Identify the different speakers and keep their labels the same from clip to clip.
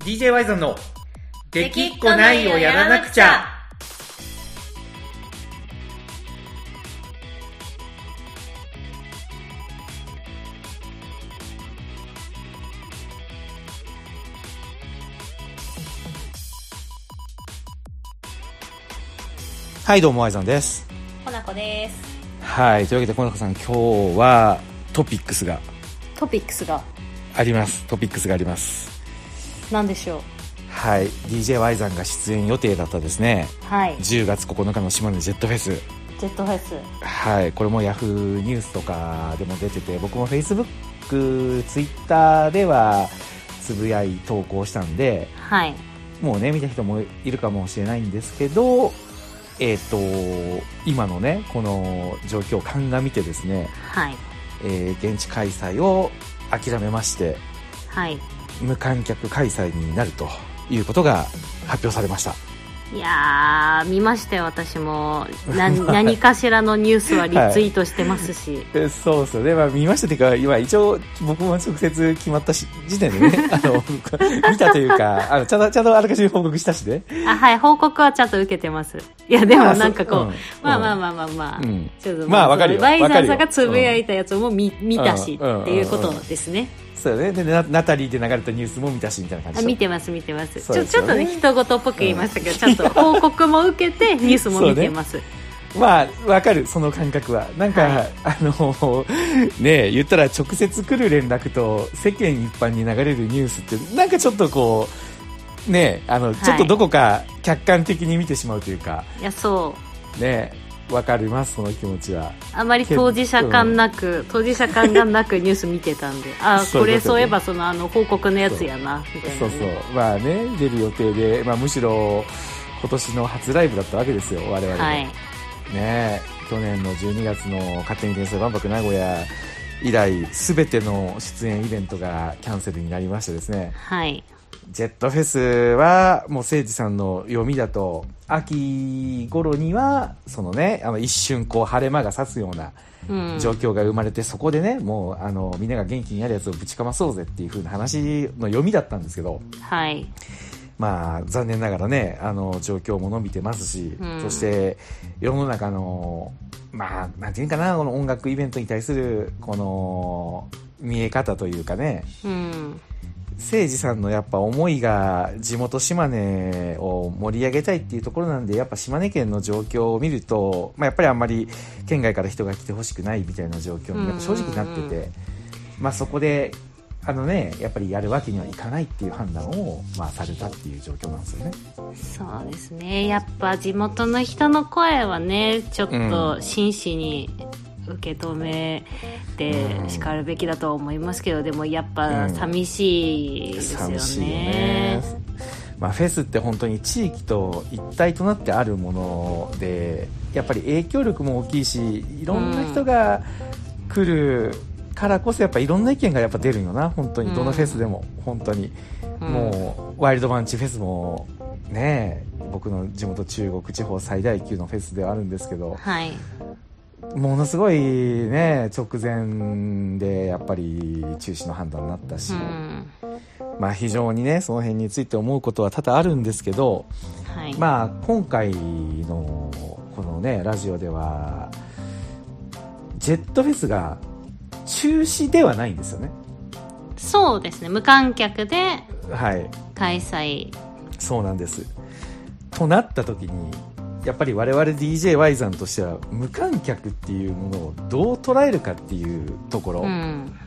Speaker 1: DJ ワイゾンの「できっこないをやらなくちゃ」はいどうもワイゾンです
Speaker 2: ほなこです
Speaker 1: はいというわけで小中さん今日はトピックスが
Speaker 2: トピックスが
Speaker 1: ありますトピックスがあります
Speaker 2: 何でしょ
Speaker 1: はい DJ ワイザンが出演予定だったですね
Speaker 2: うはい
Speaker 1: 10月9日の島根ジェットフェス
Speaker 2: ジェットフェス
Speaker 1: はい、これもヤフーニュースとかでも出てて、僕もフェイスブック、ツイッターではつぶやい投稿したんで、
Speaker 2: はい
Speaker 1: もうね、見た人もいるかもしれないんですけど、えっ、と、今のね、この状況を鑑みてですね、
Speaker 2: はい
Speaker 1: えー現地開催を諦めまして、
Speaker 2: はい
Speaker 1: 無観客開催になるということが発表されました。
Speaker 2: いやー見ましたよ私もな 何かしらのニュースはリツイートしてますし、
Speaker 1: えそうそうね、まあ、見ましたというか、今一応、僕も直接決まったし時点で ね、あの見たというか、あのちゃんとちゃんとあらかじめ報告したしね、
Speaker 2: あはい報告はちゃんと受けてますいやでもなんかこう、
Speaker 1: あそううん
Speaker 2: まあまあまあまあま
Speaker 1: う
Speaker 2: あ、
Speaker 1: ん
Speaker 2: ちょっと
Speaker 1: まあわかるよ
Speaker 2: そのバイザーさ
Speaker 1: わ
Speaker 2: ん
Speaker 1: かる
Speaker 2: が
Speaker 1: よ
Speaker 2: つぶやいたやつも見,、見たし
Speaker 1: うん
Speaker 2: っていうことですね、
Speaker 1: そうだねでナナタリーで流れたニュースも見たしみたいな感じ
Speaker 2: あ
Speaker 1: で
Speaker 2: 見てます見てます
Speaker 1: そう
Speaker 2: ちょ
Speaker 1: です
Speaker 2: ちょ
Speaker 1: よ
Speaker 2: っと
Speaker 1: ね
Speaker 2: ね人事っぽく言いましたけど、ちゃんと報告も受けてニュースも見てます、
Speaker 1: まあ、わかる、その感覚は。なんか、
Speaker 2: は
Speaker 1: あの、ね言ったら直接来る連絡と世間一般に流れるニュースって、なんかちょっとこう、ねあの、ちょっとどこか客観的に見てしまうというか、
Speaker 2: いやそう
Speaker 1: ねわかります、その気持ちは。
Speaker 2: あまり当事者感なく当事者感がなくニュース見てたんであ
Speaker 1: そう
Speaker 2: こ
Speaker 1: いう
Speaker 2: れ
Speaker 1: ことね
Speaker 2: そういえばそのあの報告のやつやなみたいなね、
Speaker 1: そうそう、まあね、出る予定で、まあ、むしろ今年の初ライブだったわけですよ、我々も、
Speaker 2: はい
Speaker 1: ね去年の12月の勝手に転生万博名古屋以来、すべての出演イベントがキャンセルになりましてですね、
Speaker 2: はい
Speaker 1: ジェットフェスは、もう誠司さんの読みだと、秋頃には、そのね、あの一瞬こう晴れ間が差すような
Speaker 2: うん
Speaker 1: 状況が生まれて、そこでね、もうあのみんなが元気になるやつをぶちかまそうぜっていう風な話の読みだったんですけど、
Speaker 2: はい
Speaker 1: まあ、残念ながらね、あの、状況も伸びてますし、
Speaker 2: うん
Speaker 1: そして、世の中の、まあ、なんていうかな、この音楽イベントに対する、この、見え方というかね、
Speaker 2: うん
Speaker 1: 誠司さんのやっぱ思いが地元島根を盛り上げたいっていうところなんで、やっぱ島根県の状況を見ると、まあやっぱりあんまり県外から人が来てほしくないみたいな状況にやっぱ正直なって
Speaker 2: うんうん
Speaker 1: て、まあそこで、あのね、やっぱりやるわけにはいかないっていう判断を、まあされたっていう状況なんですよね。
Speaker 2: そうですねやっぱ地元の人の声はねちょっ
Speaker 1: う
Speaker 2: と真摯に受け止め
Speaker 1: うん
Speaker 2: てしかるべきだとは思いますけどでもやっ
Speaker 1: う
Speaker 2: ぱ
Speaker 1: ん
Speaker 2: 寂しいですよね,、
Speaker 1: 寂しいよね。まあ、フェスって本当に地域と一体となってあるものでやっぱり影響力も大きいしいろんな人が来るからこそやっぱいろんな意見がやっぱ出るよな本当に
Speaker 2: うん
Speaker 1: どのフェスでも本当に、
Speaker 2: うん
Speaker 1: もうワイルドバンチフェスもね僕の地元中国地方最大級のフェスではあるんですけど
Speaker 2: はい
Speaker 1: ものすごいね直前でやっぱり中止の判断になったし。
Speaker 2: うん
Speaker 1: まあ、非常にねその辺について思うことは多々あるんですけど、
Speaker 2: はい、
Speaker 1: まあ、今回のこのねラジオではジェットフェスが中止ではないんですよね。
Speaker 2: そうですね無観客で
Speaker 1: はい
Speaker 2: 開催
Speaker 1: そうなんですとなった時にやっぱり我々 DJY さんとしては無観客っていうものをどう捉えるかっていうところ、
Speaker 2: うん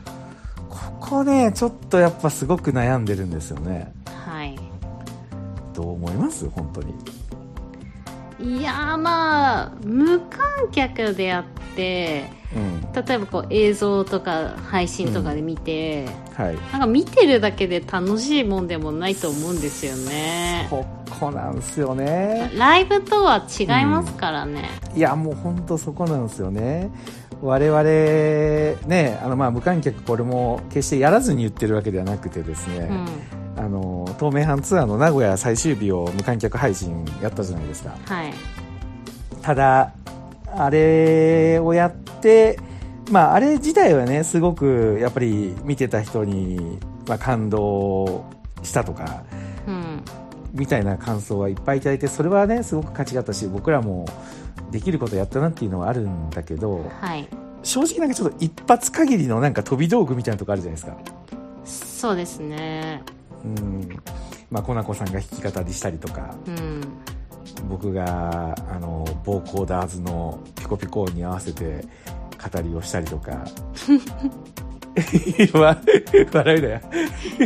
Speaker 1: ここねちょっとやっぱすごく悩んでるんですよね
Speaker 2: はい
Speaker 1: どう思います本当に
Speaker 2: いやーまあ無観客であって
Speaker 1: うん
Speaker 2: 例えばこう映像とか配信とかで見て、
Speaker 1: はい
Speaker 2: なんか見てるだけで楽しいもんでもないと思うんですよね。
Speaker 1: ここなんですよね
Speaker 2: ライブとは違いますからね。
Speaker 1: いやもう本当そこなんですよね我々ねあのまあ無観客これも決してやらずに言ってるわけではなくてです
Speaker 2: う
Speaker 1: ね
Speaker 2: ん、。
Speaker 1: あの東名阪ツアーの名古屋最終日を無観客配信やったじゃないですか
Speaker 2: はい。
Speaker 1: ただあれをやってまああれ自体はねすごくやっぱり見てた人に、まあ、感動したとか
Speaker 2: うん
Speaker 1: みたいな感想はいっぱいいただいてそれはねすごく価値があったし僕らもできることやったなっていうのはあるんだけど
Speaker 2: はい
Speaker 1: 正直なんかちょっと一発限りのなんか飛び道具みたいなとこあるじゃないですか。
Speaker 2: そうですね
Speaker 1: うんまあ、コナコさんが弾き語りしたりとか
Speaker 2: うん
Speaker 1: 僕があの某コーダーズのピコピコに合わせて語りをしたりとか 今笑うなよ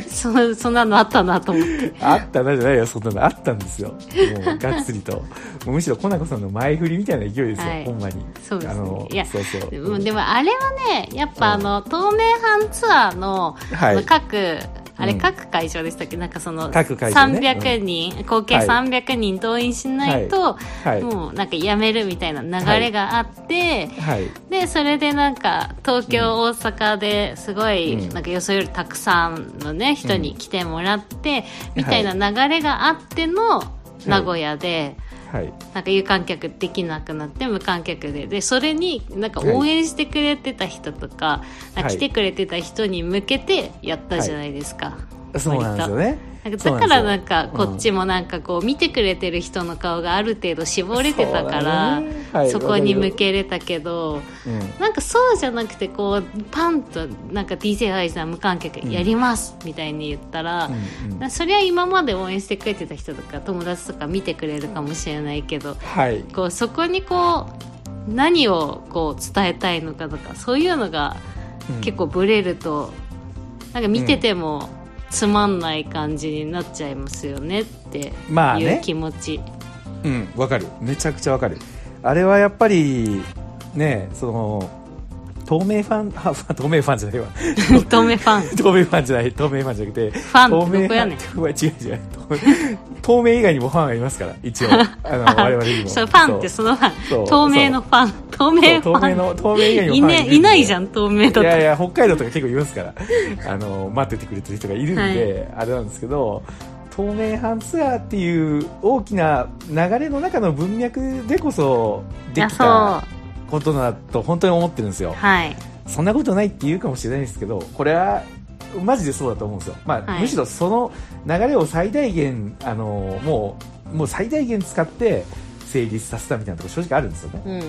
Speaker 2: そそんなのあったなと思って
Speaker 1: あったなじゃないよそんなのあったんですよもうがっつりともうむしろコナコさんの前振りみたいな勢いですよ、
Speaker 2: はい
Speaker 1: ほんまに
Speaker 2: そうですね
Speaker 1: あの
Speaker 2: いや
Speaker 1: そうそう
Speaker 2: でもでもあれはねやっぱあの、東名阪ツアーの、
Speaker 1: はい
Speaker 2: まあ各あれ
Speaker 1: うん
Speaker 2: 各会場でしたっけ、なんかその
Speaker 1: 各会場ね
Speaker 2: 300人、合計
Speaker 1: はい
Speaker 2: 300人動員しないと、
Speaker 1: はい
Speaker 2: もうなんかやめるみたいな流れがあって、
Speaker 1: はい
Speaker 2: でそれでなんか東京、大阪ですごい、
Speaker 1: うん
Speaker 2: なんか予想よりたくさんの、ね、人に来てもらって、みたいな流れがあっての名古屋で、
Speaker 1: はい
Speaker 2: なんか有観客できなくなって無観客ででそれになんか応援してくれてた人とか、
Speaker 1: はい
Speaker 2: なんか来てくれてた人に向けてやったじゃないですか。
Speaker 1: そうなんですよね
Speaker 2: なんかだからなん
Speaker 1: そ
Speaker 2: か
Speaker 1: うなんですよ
Speaker 2: こっちもなんかこう見てくれてる人の顔がある程度絞れてたか
Speaker 1: そうだ
Speaker 2: ら
Speaker 1: ねはい
Speaker 2: そこに向けれたけど
Speaker 1: うんうん
Speaker 2: なんかそうじゃなくてこうパンとなんか d j ハイさん無観客やりますみたいに言ったら、
Speaker 1: うんうん
Speaker 2: なそりゃ今まで応援してくれてた人とか友達とか見てくれるかもしれないけど
Speaker 1: はい
Speaker 2: こうそこにこう何をこう伝えたいのかとかそういうのが
Speaker 1: うん
Speaker 2: 結構ブレると、なんか見ててもつまんない感じになっちゃいますよねってい
Speaker 1: まあね
Speaker 2: う気持ち、
Speaker 1: うんわかるめちゃくちゃわかるあれはやっぱりねその透明ファン あファン透明ファンじゃないわ
Speaker 2: 透明ファン
Speaker 1: 透明ファンじゃない透明ファンじゃなくてフ
Speaker 2: ァン
Speaker 1: 透明
Speaker 2: どこやねん
Speaker 1: ファン 違う違う透透明以外にもファンがいますから一応あ の我々にも
Speaker 2: そうファンって
Speaker 1: そ
Speaker 2: そのフ
Speaker 1: そ
Speaker 2: ァ
Speaker 1: う
Speaker 2: ン透明のファン透
Speaker 1: う
Speaker 2: 明フ
Speaker 1: 透明
Speaker 2: ァン
Speaker 1: の透明以外に
Speaker 2: い
Speaker 1: もファン
Speaker 2: ねいないじゃ
Speaker 1: ん
Speaker 2: ん透明
Speaker 1: い
Speaker 2: だ
Speaker 1: やい
Speaker 2: と
Speaker 1: や北海道とか結構いますから あの待っててくれてる人がいるんで、あれなんですけど透明版ツアーっていう大きな流れの中の文脈でこそ
Speaker 2: い
Speaker 1: で
Speaker 2: や
Speaker 1: き
Speaker 2: そ
Speaker 1: た
Speaker 2: う
Speaker 1: ことだと本当に思ってるんですよ
Speaker 2: はい
Speaker 1: そんなことないって言うかもしれないですけどこれはマジでそうだと思うんですよ、まあ
Speaker 2: はい
Speaker 1: むしろその流れを最大限あのもうもう最大限使って成立させたみたいなところ正直あるんですよね、
Speaker 2: うん
Speaker 1: うん、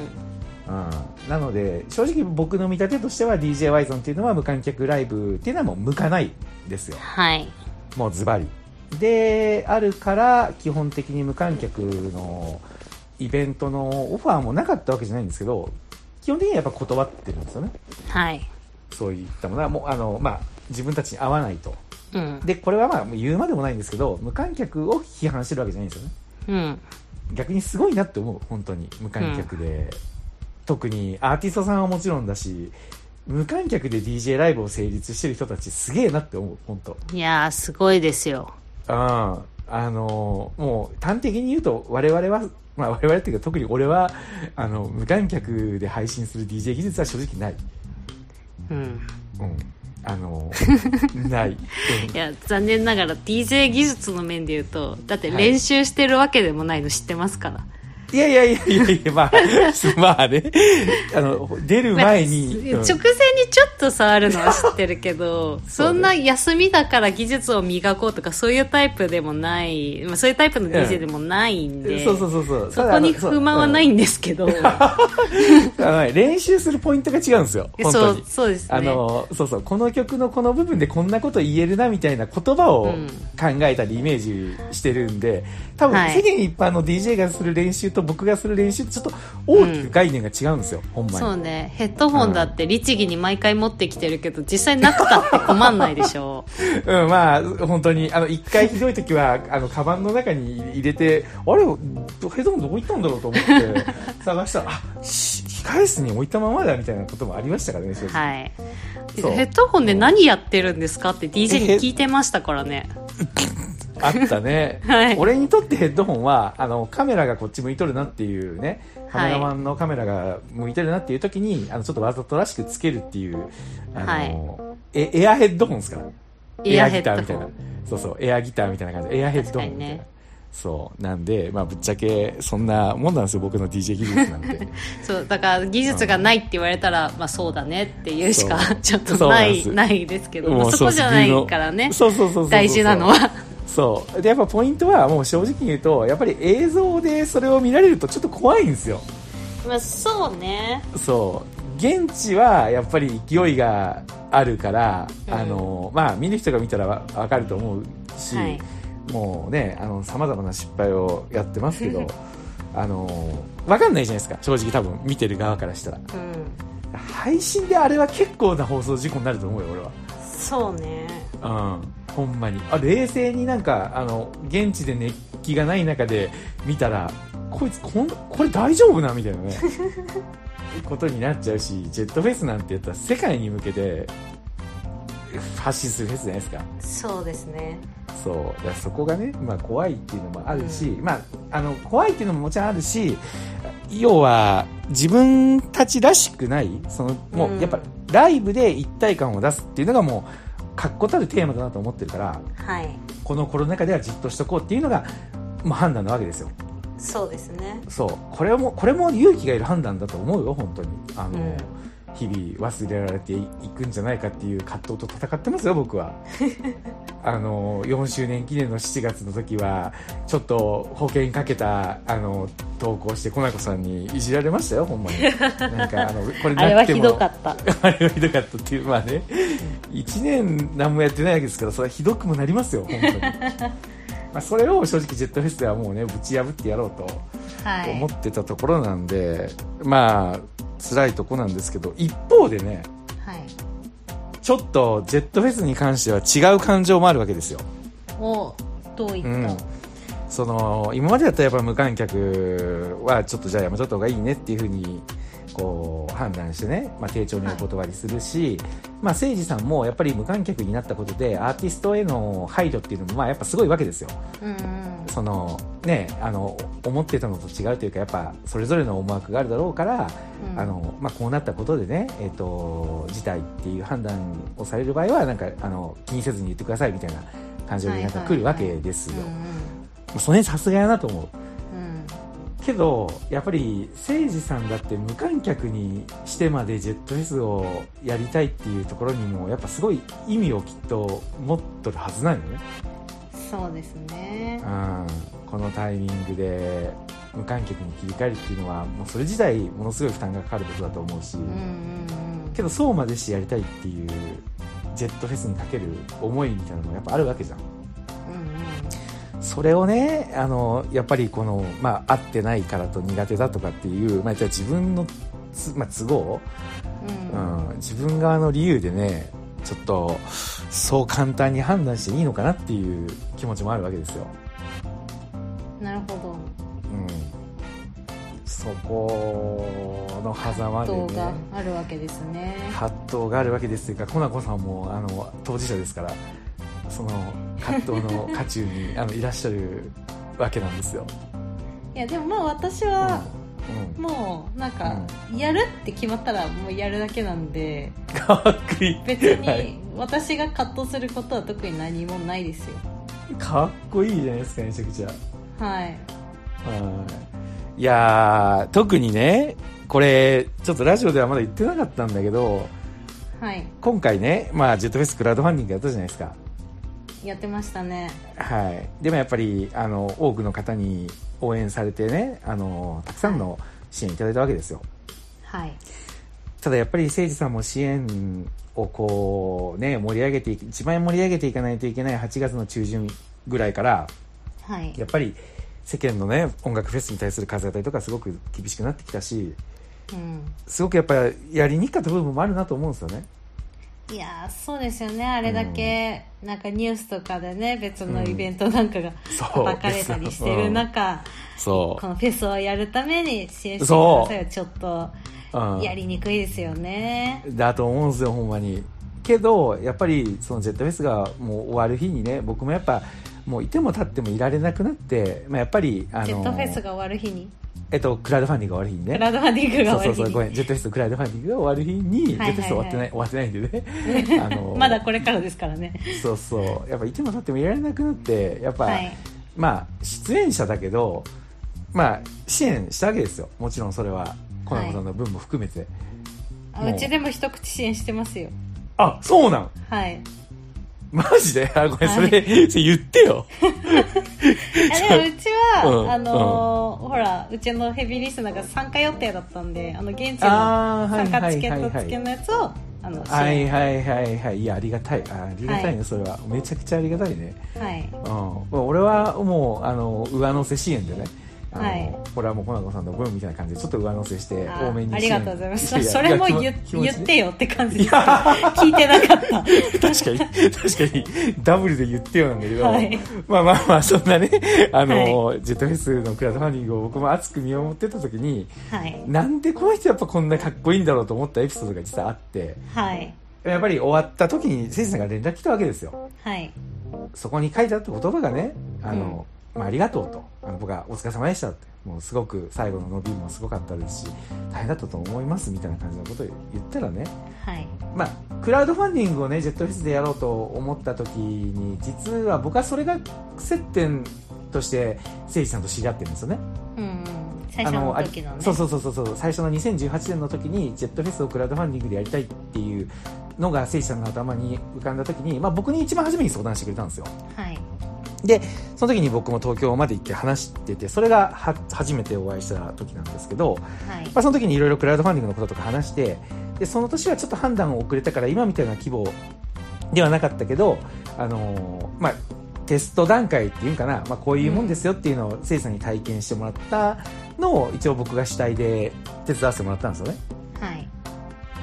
Speaker 1: なので正直僕の見立てとしては d j y ゾンっていうのは無観客ライブっていうのはもう向かないですよ
Speaker 2: はい
Speaker 1: もうズバリであるから基本的に無観客のイベントのオファーもなかったわけじゃないんですけど基本的にはやっぱ断ってるんですよね
Speaker 2: はい
Speaker 1: そういったものはもうあの、まあ、自分たちに合わないと
Speaker 2: うん
Speaker 1: でこれはまあもう言うまでもないんですけど無観客を批判してるわけじゃないんですよね
Speaker 2: うん
Speaker 1: 逆にすごいなって思う本当に無観客で、特にアーティストさんはもちろんだし無観客で DJ ライブを成立してる人たちすげえなって思う本当
Speaker 2: いやーすごいですよ
Speaker 1: ああのーもう端的に言うと我々は、まあ、我々っていうか特に俺はあの無観客で配信する DJ 技術は正直ない、
Speaker 2: うん
Speaker 1: うん、あの ーない、うん
Speaker 2: いや残念ながら DJ 技術の面で言うとだって練習してるわけでもないの知ってますから、
Speaker 1: いやいやいやいやいやまあ まあねあの出る前に、
Speaker 2: まあ
Speaker 1: うん
Speaker 2: 直前にちょっと触るのは知ってるけど
Speaker 1: そうね
Speaker 2: そんな休みだから技術を磨こうとかそういうタイプでもない、まあ、そういうタイプの DJ でもないんで、
Speaker 1: そうそうそうそう
Speaker 2: そこに
Speaker 1: ただあのそう
Speaker 2: 不満はないんですけど、
Speaker 1: あのね練習するポイントが違うんですよ、本
Speaker 2: そ
Speaker 1: 当
Speaker 2: う
Speaker 1: に。
Speaker 2: そうですね
Speaker 1: あのそうそうこの曲のこの部分でこんなこと言えるなみたいな言葉を
Speaker 2: うん
Speaker 1: 考えたりイメージしてるんで多分
Speaker 2: は
Speaker 1: 世
Speaker 2: い
Speaker 1: 間一般の DJ がする練習と僕がする練習ってちょっと大きく概念が違うんですよ、ほんまに
Speaker 2: そうねヘッドホンだって律儀に毎回持ってきてるけど実際なくたって困んないでしょ
Speaker 1: うん、まあ、本当に、あの、一回ひどい時は、あの、カバンの中に入れて、あれ、ヘッドホンどこ行ったんだろうと思って探したら、あ、し控室に置いたままだみたいなこともありましたからね、正直。
Speaker 2: はい
Speaker 1: そう
Speaker 2: ヘッドホンで何やってるんですかって DJ に聞いてましたからね
Speaker 1: あったね、
Speaker 2: はい
Speaker 1: 俺にとってヘッドホンはあのカメラがこっち向いとるなっていうねカメラマンのカメラが向いてるなっていう時にあのちょっとわざとらしくつけるっていうあの、えエアヘッドホンですから
Speaker 2: エアヘッ
Speaker 1: ギター
Speaker 2: ドホ
Speaker 1: みたいな
Speaker 2: ン
Speaker 1: そうそうエアギターみたいな感じでエアヘッドホンみたいな、
Speaker 2: 確かにね
Speaker 1: そうなんで、まあ、ぶっちゃけそんなもんなんですよ僕の DJ 技術なんて
Speaker 2: そうだから技術がないって言われたら、まあそうだねっていうしか
Speaker 1: そう
Speaker 2: ちょっ
Speaker 1: そ
Speaker 2: と
Speaker 1: うな
Speaker 2: なん
Speaker 1: です
Speaker 2: いないですけど、
Speaker 1: も
Speaker 2: まあ
Speaker 1: う
Speaker 2: そこじゃないからね
Speaker 1: そうそうそうそうそう
Speaker 2: 大事なのは
Speaker 1: そうでやっぱポイントはもう正直に言うとやっぱり映像でそれを見られるとちょっと怖いんですよ
Speaker 2: まあ、そうね
Speaker 1: そう現地はやっぱり勢いがあるから、
Speaker 2: うん
Speaker 1: あのまあ、見る人が見たらわわかると思うし、
Speaker 2: はい
Speaker 1: もうねさまざまな失敗をやってますけ どあのわかんないじゃないですか正直多分見てる側からしたら
Speaker 2: うん
Speaker 1: 配信であれは結構な放送事故になると思うよ俺は
Speaker 2: そうね
Speaker 1: うん、ほんまにあ冷静になんかあの現地で熱気がない中で見たらこいつこんこれ大丈夫なみたいな ねことになっちゃうしジェットフェスなんてやったら世界に向けて発信するフェスじゃないですか
Speaker 2: そうですね
Speaker 1: そうだからそこがね、まあ、怖いっていうのもあるし、まあ、あの怖いっていうのももちろんあるし要は自分たちらしくないそのも
Speaker 2: うん
Speaker 1: うやっぱライブで一体感を出すっていうのがもう確固たるテーマだなと思ってるから
Speaker 2: はい
Speaker 1: このコロナ禍ではじっとしとこうっていうのが、まあ、判断なわけですよ
Speaker 2: そうですね
Speaker 1: そうこれもこれも勇気がいる判断だと思うよ本当にあの、
Speaker 2: うん
Speaker 1: 日々忘れられていくんじゃないかっていう葛藤と戦ってますよ僕 はあの4周年記念の7月の時はちょっと保険かけたあの投稿してコナコさんにいじられましたよほんまになんかあのこれ
Speaker 2: あ
Speaker 1: な
Speaker 2: れは
Speaker 1: くて
Speaker 2: ひ
Speaker 1: も
Speaker 2: どかった
Speaker 1: あれはひどかったっていう、まあね、1年何もやってないわけですから、それはひどくもなりますよ、本当に。まあそれを正直、ジェットフェスではもうね、ぶち破ってやろうと
Speaker 2: は
Speaker 1: 思ってたところなんで、まあ、辛いとこなんですけど、一方でね、
Speaker 2: はい
Speaker 1: ちょっとジェットフェスに関しては違う感情もあるわけですよ。
Speaker 2: おどういった、
Speaker 1: うんその今までだったらやっぱ無観客はちょっとじゃあやめとった方がいいねっていうふうにこう判断してね、まあ、丁重にお断りするし、まあ、誠司さんもやっぱり無観客になったことでアーティストへの配慮っていうのもまあやっぱすごいわけですよ。
Speaker 2: うんうん
Speaker 1: そのね、あの思ってたのと違うというかやっぱそれぞれの思惑があるだろうから、
Speaker 2: うん
Speaker 1: あのまあ、こうなったことでね、えっと事態っていう判断をされる場合はなんかあの気にせずに言ってくださいみたいな感情でなんか来るわけですよ。まあその辺さすがやなと思う
Speaker 2: うん
Speaker 1: けどやっぱり誠司さんだって無観客にしてまでジェットフェスをやりたいっていうところにもやっぱすごい意味をきっと持っとるはずなんよね、
Speaker 2: そうですね
Speaker 1: うん、このタイミングで無観客に切り替えるっていうのはもうそれ自体ものすごい負担がかかることだと思うし、
Speaker 2: うんうんうん
Speaker 1: けどそうまでしてやりたいっていうジェットフェスにかける思いみたいなのもやっぱあるわけじゃんそれをねあのやっぱりこの、まあ、合ってないからと苦手だとかっていう、まあ、じゃあ自分のつ、まあ、都合、
Speaker 2: うん
Speaker 1: う
Speaker 2: うんうん
Speaker 1: ん自分側の理由でねちょっとそう簡単に判断していいのかなっていう気持ちもあるわけですよ、
Speaker 2: なるほ
Speaker 1: うん、そこの狭間で
Speaker 2: ど動
Speaker 1: ね
Speaker 2: 画あるわけですね
Speaker 1: 葛藤があるわけですがコナコさんもあの当事者ですからその葛藤の渦中にあのいらっしゃるわけなんですよ。
Speaker 2: いやでもまあ私
Speaker 1: うん
Speaker 2: は
Speaker 1: うん
Speaker 2: もうなんかやるって決まったらもうやるだけなんで
Speaker 1: かっこいい
Speaker 2: 別
Speaker 1: はい
Speaker 2: に私が葛藤することは特に何もないですよ
Speaker 1: かっこいいじゃないですかめちゃくちゃ
Speaker 2: はい
Speaker 1: はいいやー特にねこれちょっとラジオではまだ言ってなかったんだけど
Speaker 2: はい
Speaker 1: 今回ね、まあ、ジェットフェスクラウドファンディングやったじゃないですか
Speaker 2: やってましたね
Speaker 1: はいでもやっぱりあの多くの方に応援されてねあのたくさんの支援いただいたわけですよ
Speaker 2: はい
Speaker 1: ただやっぱり誠司さんも支援をこうね盛り上げていく一番盛り上げていかないといけない8月の中旬ぐらいから
Speaker 2: はい
Speaker 1: やっぱり世間のね音楽フェスに対する風当たりとかすごく厳しくなってきたし
Speaker 2: うん
Speaker 1: すごくやっぱりやりにくかった部分もあるなと思うんですよね
Speaker 2: いやーそうですよねあれだけ、なんかニュースとかでね別のイベントなんかが
Speaker 1: そう
Speaker 2: 叩かれたりしてる中、
Speaker 1: そ
Speaker 2: このフェスをやるために支援してく
Speaker 1: そう
Speaker 2: ださいはちょっと
Speaker 1: うん
Speaker 2: やりにくいですよね、
Speaker 1: だと思うんですよほんまにけどやっぱりそのジェットフェスがもう終わる日にね僕もやっぱもういても立ってもいられなくなって、まあ、やっぱりあの
Speaker 2: ジェットフェスが終わる日に
Speaker 1: えっと、クラウドファンディングが終わる日にね
Speaker 2: クラウドファンディングが終
Speaker 1: そ
Speaker 2: わ
Speaker 1: うそう
Speaker 2: る日
Speaker 1: そう
Speaker 2: に
Speaker 1: ごめんジェットフェスとクラウドファンディングが終わる日にジェッ
Speaker 2: はいはい
Speaker 1: ト
Speaker 2: はい
Speaker 1: フェス終わってない終わってないんでねあの
Speaker 2: まだこれからですからね
Speaker 1: そうそうやっぱいても立ってもいられなくなってやっぱ、
Speaker 2: はい
Speaker 1: まあ出演者だけどまあ支援したわけですよもちろんそれはコナコさんの分も含めて、
Speaker 2: あ
Speaker 1: もう
Speaker 2: うちでも一口支援してますよ
Speaker 1: あそうなん
Speaker 2: はい
Speaker 1: マジであごめんそれ,、それ言ってよ
Speaker 2: あでもうちは、
Speaker 1: うん
Speaker 2: あのーほらうちのヘビーリスナーが参加予定だったんであの現地の
Speaker 1: あーは
Speaker 2: 参
Speaker 1: いは
Speaker 2: 加チ
Speaker 1: い
Speaker 2: ケ
Speaker 1: はい
Speaker 2: ット
Speaker 1: はい
Speaker 2: 付けのやつをあの支
Speaker 1: はい
Speaker 2: 援
Speaker 1: はいはいはいいやありがたいあありがたいね、それはめちゃくちゃありがたいね
Speaker 2: はい
Speaker 1: うん、俺はもうあの上乗せ支援でねあの、
Speaker 2: はい
Speaker 1: これはもうコナコさんの分みたいな感じでちょっと上乗せして
Speaker 2: あ
Speaker 1: 多めに
Speaker 2: ありがとうございます
Speaker 1: やや
Speaker 2: それも
Speaker 1: いや
Speaker 2: 言っ
Speaker 1: 気持ち
Speaker 2: 言ってよって感じで
Speaker 1: い
Speaker 2: す
Speaker 1: や
Speaker 2: 聞いてな かった
Speaker 1: 確かに確かにダブルで言ってよなんだけど、
Speaker 2: はい
Speaker 1: まあまあまあそんなねあの、ジェットフェスのクラウドファンディングを僕も熱く見守ってた時に
Speaker 2: はい
Speaker 1: なんでこの人やっぱこんなかっこいいんだろうと思ったエピソードが実はあって
Speaker 2: はい
Speaker 1: やっぱり終わった時にせいじさんが連絡来たわけですよ
Speaker 2: はい
Speaker 1: そこに書いてあった言葉がね、あの、まあ、ありがとうと。あの僕はお疲れ様でしたって。もうすごく最後の伸びもすごかったですし、大変だったと思いますみたいな感じのことを言ったらね、
Speaker 2: はい
Speaker 1: まあ、クラウドファンディングをね、ジェットフェスでやろうと思った時に、実は僕はそれが接点として、誠治さんと知り合ってるんですよね。
Speaker 2: うん最初の時の
Speaker 1: あ
Speaker 2: ね
Speaker 1: そうそうそうそうそう最初の2018年の時にジェットフェスをクラウドファンディングでやりたいっていうのが誠治さんの頭に浮かんだ時に、まあ、僕に一番初めに相談してくれたんですよ
Speaker 2: はい
Speaker 1: でその時に僕も東京まで行って話しててそれがは初めてお会いした時なんですけど、
Speaker 2: はい
Speaker 1: まあ、その時にいろいろクラウドファンディングのこととか話してでその年はちょっと判断を遅れたから今みたいな規模ではなかったけど、あのーまあ、テスト段階っていうんかな、まあ、こういうもんですよっていうのをせいさんに体験してもらったのを一応僕が主体で手伝わせてもらったんですよね。
Speaker 2: はい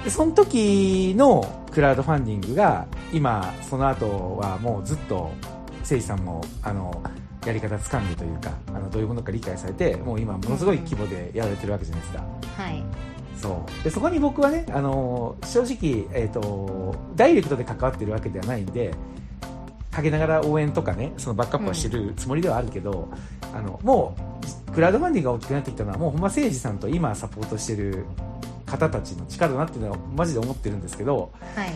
Speaker 1: でその時のクラウドファンディングが今その後はもうずっと誠司さんもあのやり方掴んでというかあのどういうものか理解されてもう今ものすごい規模でやられてるわけじゃないですか。
Speaker 2: はい
Speaker 1: そうでそこに僕はね、あの正直、えーと、ダイレクトで関わってるわけではないんで、かけながら応援とかね、そのバックアップはしてるつもりではあるけど、あのもう、クラウドファンディングが大きくなってきたのは、もうほんま誠司さんと今サポートしてる方たちの力だなっていうのは、マジで思ってるんですけど、
Speaker 2: はい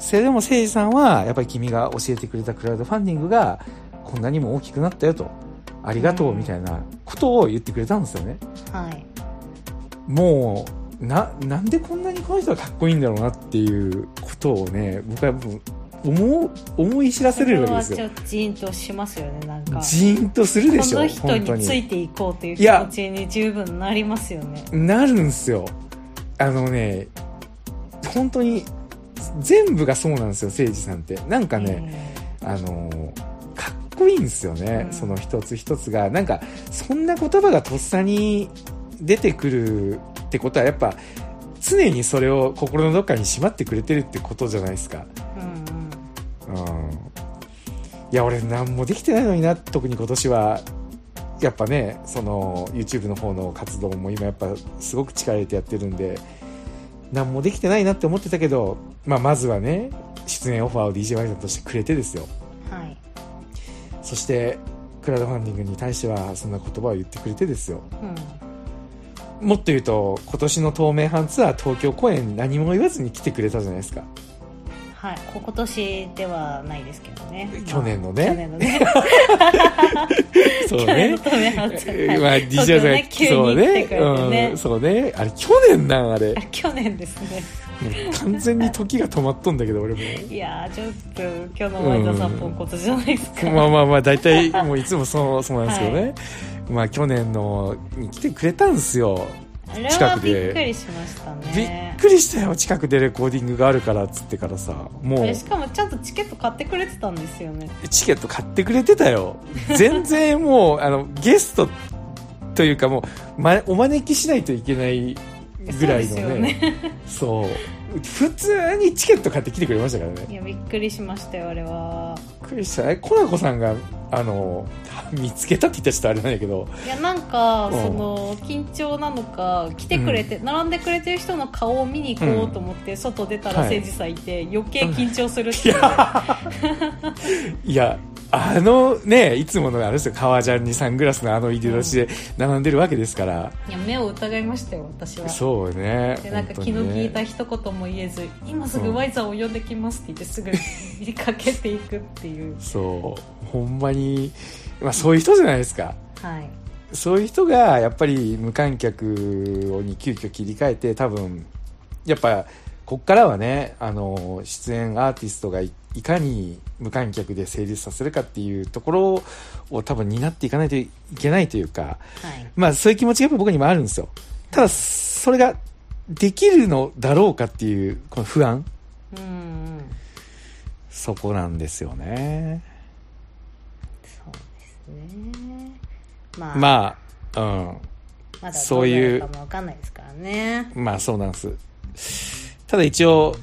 Speaker 1: それでも誠司さんは、やっぱり君が教えてくれたクラウドファンディングが、こんなにも大きくなったよと、ありがとうみたいなことを言ってくれたんですよね。
Speaker 2: はい
Speaker 1: もうななんでこんなにこの人はかっこいいんだろうなっていうことをね僕はもう思う思い知らせ
Speaker 2: そ
Speaker 1: れ
Speaker 2: れ
Speaker 1: るわけで
Speaker 2: は
Speaker 1: す
Speaker 2: ちょ
Speaker 1: よ
Speaker 2: っとジーンとしますよねなんか
Speaker 1: ジーンとするでしょ
Speaker 2: この人
Speaker 1: 本当
Speaker 2: につ
Speaker 1: に
Speaker 2: いていこうという
Speaker 1: い
Speaker 2: 気
Speaker 1: や
Speaker 2: 持ちに十分なりますよね
Speaker 1: なるんすよあのね本当に全部がそうなんですよ誠司さんってなんかね、あのかっこいいんですよね、
Speaker 2: うん
Speaker 1: その一つ一つがなんかそんな言葉がとっさに出てくるってことはやっぱ常にそれを心のどっかにしまってくれてるってことじゃないですか、
Speaker 2: うんうん
Speaker 1: うん、いや俺何もできてないのにな特に今年はやっぱねその YouTube の方の活動も今やっぱすごく力入れてやってるんで何もできてないなって思ってたけど、まあ、まずはね出演オファーを DJY さんとしてくれてですよ
Speaker 2: はい
Speaker 1: そしてクラウドファンディングに対してはそんな言葉を言ってくれてですよ
Speaker 2: うん
Speaker 1: もっと言うと今年の東名阪ツアー東京公演何も言わずに来てくれたじゃないで すか
Speaker 2: はい、こ今年ではないですけどね
Speaker 1: 去年のね
Speaker 2: 去年のね
Speaker 1: そ
Speaker 2: 去年のためなんですよ
Speaker 1: ま
Speaker 2: は
Speaker 1: あ、
Speaker 2: い
Speaker 1: DJ さんが
Speaker 2: そうね急に来てくれてね
Speaker 1: そうね、うん、そうね、あれ、去年なん、あれ、も
Speaker 2: い 去年ですね
Speaker 1: う完全に時が止まっとんだけど、俺も。
Speaker 2: いやーちょっと今日の前田さんぽんことじゃないですか、
Speaker 1: まあまあまあ、大体、もういつもそう、 そうなんですけどね。まあ、去年の、に来てくれたんですよ。
Speaker 2: あれ
Speaker 1: 近
Speaker 2: は
Speaker 1: く
Speaker 2: び
Speaker 1: で
Speaker 2: っくりしました
Speaker 1: びっ
Speaker 2: ね
Speaker 1: くりしたよ、近くでレコーディングがあるから、つってからさ、も
Speaker 2: あ
Speaker 1: う
Speaker 2: れ。しかもちゃんとチケット買ってくれてたんですよね
Speaker 1: チケット買ってくれてたよ。全然もう、あの、ゲストというかもう、ま、お招きしないといけないぐらいの
Speaker 2: そう
Speaker 1: ね。そう普通にチケット買ってきてくれましたからね。
Speaker 2: いやびっくりしましたよあれは
Speaker 1: びっくりした。え、コナコさんが、あの、見つけたって言ったらちょっとあれなんだけど、
Speaker 2: いやなんか、
Speaker 1: うん
Speaker 2: その緊張なのか来てくれて、並んでくれてる人の顔を見に行こうと思って、外出たら
Speaker 1: はい
Speaker 2: 誠司さんいて、余計緊張するって
Speaker 1: い
Speaker 2: いう
Speaker 1: や、いや、あのね、いつものあれですよ、革ジャンにサングラスのあの入り出しで並んでるわけですから。
Speaker 2: いや目を疑いましたよ私は
Speaker 1: そうね。
Speaker 2: でなんか
Speaker 1: 本
Speaker 2: 気
Speaker 1: 当
Speaker 2: の
Speaker 1: にね
Speaker 2: 利いた一言も言えず「今す
Speaker 1: う
Speaker 2: ぐ
Speaker 1: ん
Speaker 2: ワイザーを呼んできます」って言ってすぐ見かけていくっていう
Speaker 1: そう、ほんまに、まあそういう人じゃないですか。
Speaker 2: はい
Speaker 1: そういう人が、やっぱり無観客をに急遽切り替えて、多分、やっぱ、こっからはね、あの、出演アーティストが一いかに無観客で成立させるかっていうところを多分担っていかないといけないというか、
Speaker 2: はい
Speaker 1: まあそういう気持ちがやっぱ僕にもあるんですよ。ただ、それができるのだろうかっていう、この不安。
Speaker 2: うんうん
Speaker 1: そこなんですよね。
Speaker 2: そうですねまあ、
Speaker 1: まあ、うん。
Speaker 2: まだど
Speaker 1: そう
Speaker 2: う
Speaker 1: い
Speaker 2: いううかもわかんないですからね
Speaker 1: まあそうなんです。ただ一応、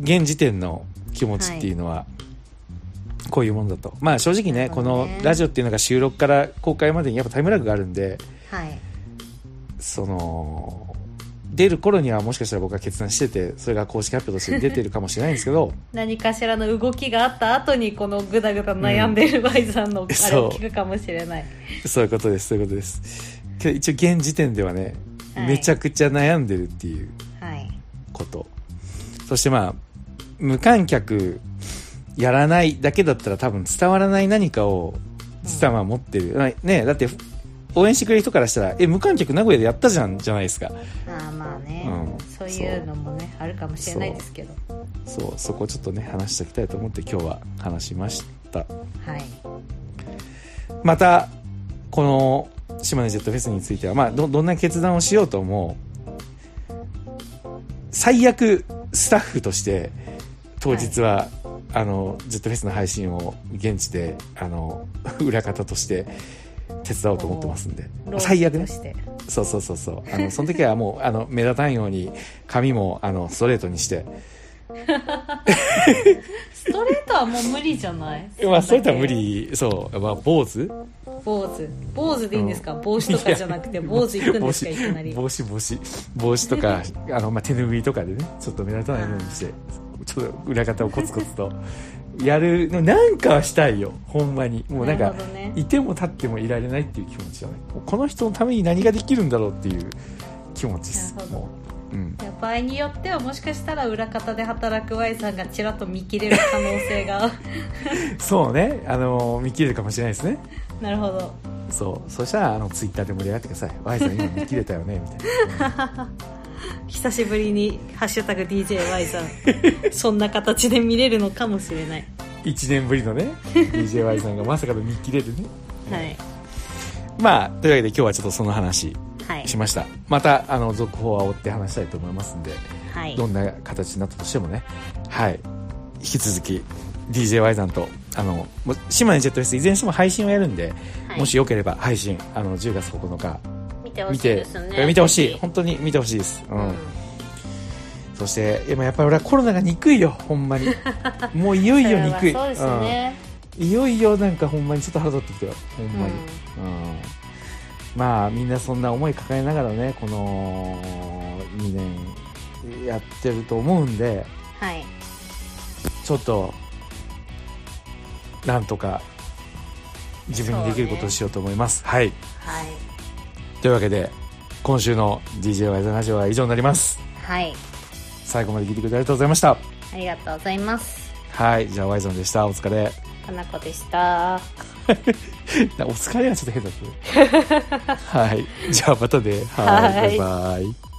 Speaker 1: 現時点の気持ちっていうのは、こういうものだと。まあ正直
Speaker 2: な
Speaker 1: ね、
Speaker 2: る
Speaker 1: こ
Speaker 2: ほど
Speaker 1: の
Speaker 2: ね
Speaker 1: ラジオっていうのが収録から公開までにやっぱタイムラグがあるんで、
Speaker 2: はい
Speaker 1: その、出る頃にはもしかしたら僕が決断してて、それが公式発表として出てるかもしれないんですけ ど、
Speaker 2: 何かしらの動きがあった後にこのぐだぐだ悩んでるバイさ んのあれを聞くかもしれない、
Speaker 1: そういうことです、そういうことです。けど一応現時点ではね、
Speaker 2: はい
Speaker 1: めちゃくちゃ悩んでるっていう。
Speaker 2: はい
Speaker 1: ことそしてまあ無観客やらないだけだったら多分伝わらない何かを実はまあ持ってる、はいねだって応援してくれる人からしたら「え無観客名古屋でやったじゃん」じゃないですか
Speaker 2: ああまあね、
Speaker 1: うん
Speaker 2: そういうのもねあるかもしれないですけど
Speaker 1: そうそこをちょっとね話しておきたいと思って今日は話しました
Speaker 2: はい
Speaker 1: またこの島根ジェットフェスについては、まあ、どどんな決断をしようとも最悪スタッフとして当日は、あのジェットフェスの配信を現地であの裏方として手伝おうと思ってますんで最悪
Speaker 2: ロー
Speaker 1: ね
Speaker 2: プとして
Speaker 1: そうそうそうそうあのその時はもうあの目立たんように髪もあのストレートにして、
Speaker 2: ストレートはもう無理じゃない
Speaker 1: まあ、それとは無理そう、まあ、坊主
Speaker 2: 坊主坊主でいいんですか、帽子とかじゃなくて坊主行くんですかいきなり
Speaker 1: 帽子帽子帽子と かあの、まあ、手拭いとかでねちょっと目立たないようにしてちょっと裏方をコツコツとやるのなんかはしたいよほんまにもうなん
Speaker 2: な
Speaker 1: か
Speaker 2: るほどね
Speaker 1: いても立ってもいられないっていう気持ちだねもうこの人のために何ができるんだろうっていう気持ちです
Speaker 2: なるほど
Speaker 1: もう、うん、
Speaker 2: いや場合によってはもしかしたら裏方で働く Y さんがちらっと見切れる可能性 が
Speaker 1: そうねあの見切れるかもしれないですね
Speaker 2: なるほど
Speaker 1: そうそしたらあのツイッターで盛り上がってください「Y さん今見切れたよね」みたいな
Speaker 2: 久しぶりに「ハッシュタグ #DJY さん」そんな形で見れるのかもしれない
Speaker 1: 1年ぶりのね DJY さんがまさかの見切れるね
Speaker 2: はい
Speaker 1: まあというわけで今日はちょっとその話
Speaker 2: はい
Speaker 1: しましたまたあの続報は追って話したいと思いますんで
Speaker 2: はい
Speaker 1: どんな形になったとしてもねはい引き続き DJY さんとあのも島根ジェットフェスいずれにしても配信をやるんで、
Speaker 3: はい
Speaker 1: もしよければ配信あの10月9日
Speaker 3: 見てほ
Speaker 1: 見
Speaker 3: しい
Speaker 1: て
Speaker 3: ですね
Speaker 1: 見てほしい本当に見てほしいです、うんそして今やっぱり俺はコロナが憎いよほんま にもういよいよ憎い
Speaker 3: それはそうですね、
Speaker 1: うんいよいよなんかほんまにちょっと腹立ってきたよほんまに、うんまあみんなそんな思い抱えながらねこの2年やってると思うんで
Speaker 3: はい
Speaker 1: ちょっとなんとか自分にできることをしようと思います、はい
Speaker 3: はい
Speaker 1: というわけで今週の DJY ザラジオは以上になります
Speaker 3: はい
Speaker 1: 最後まで聞いてくれてありがとうございました
Speaker 3: ありがとうございます
Speaker 1: はいじゃあワイゾンでしたお疲れ
Speaker 3: かなこでした
Speaker 1: お疲れはちょっと変だったねはいじゃあまたねはい
Speaker 3: はい
Speaker 1: バイバイ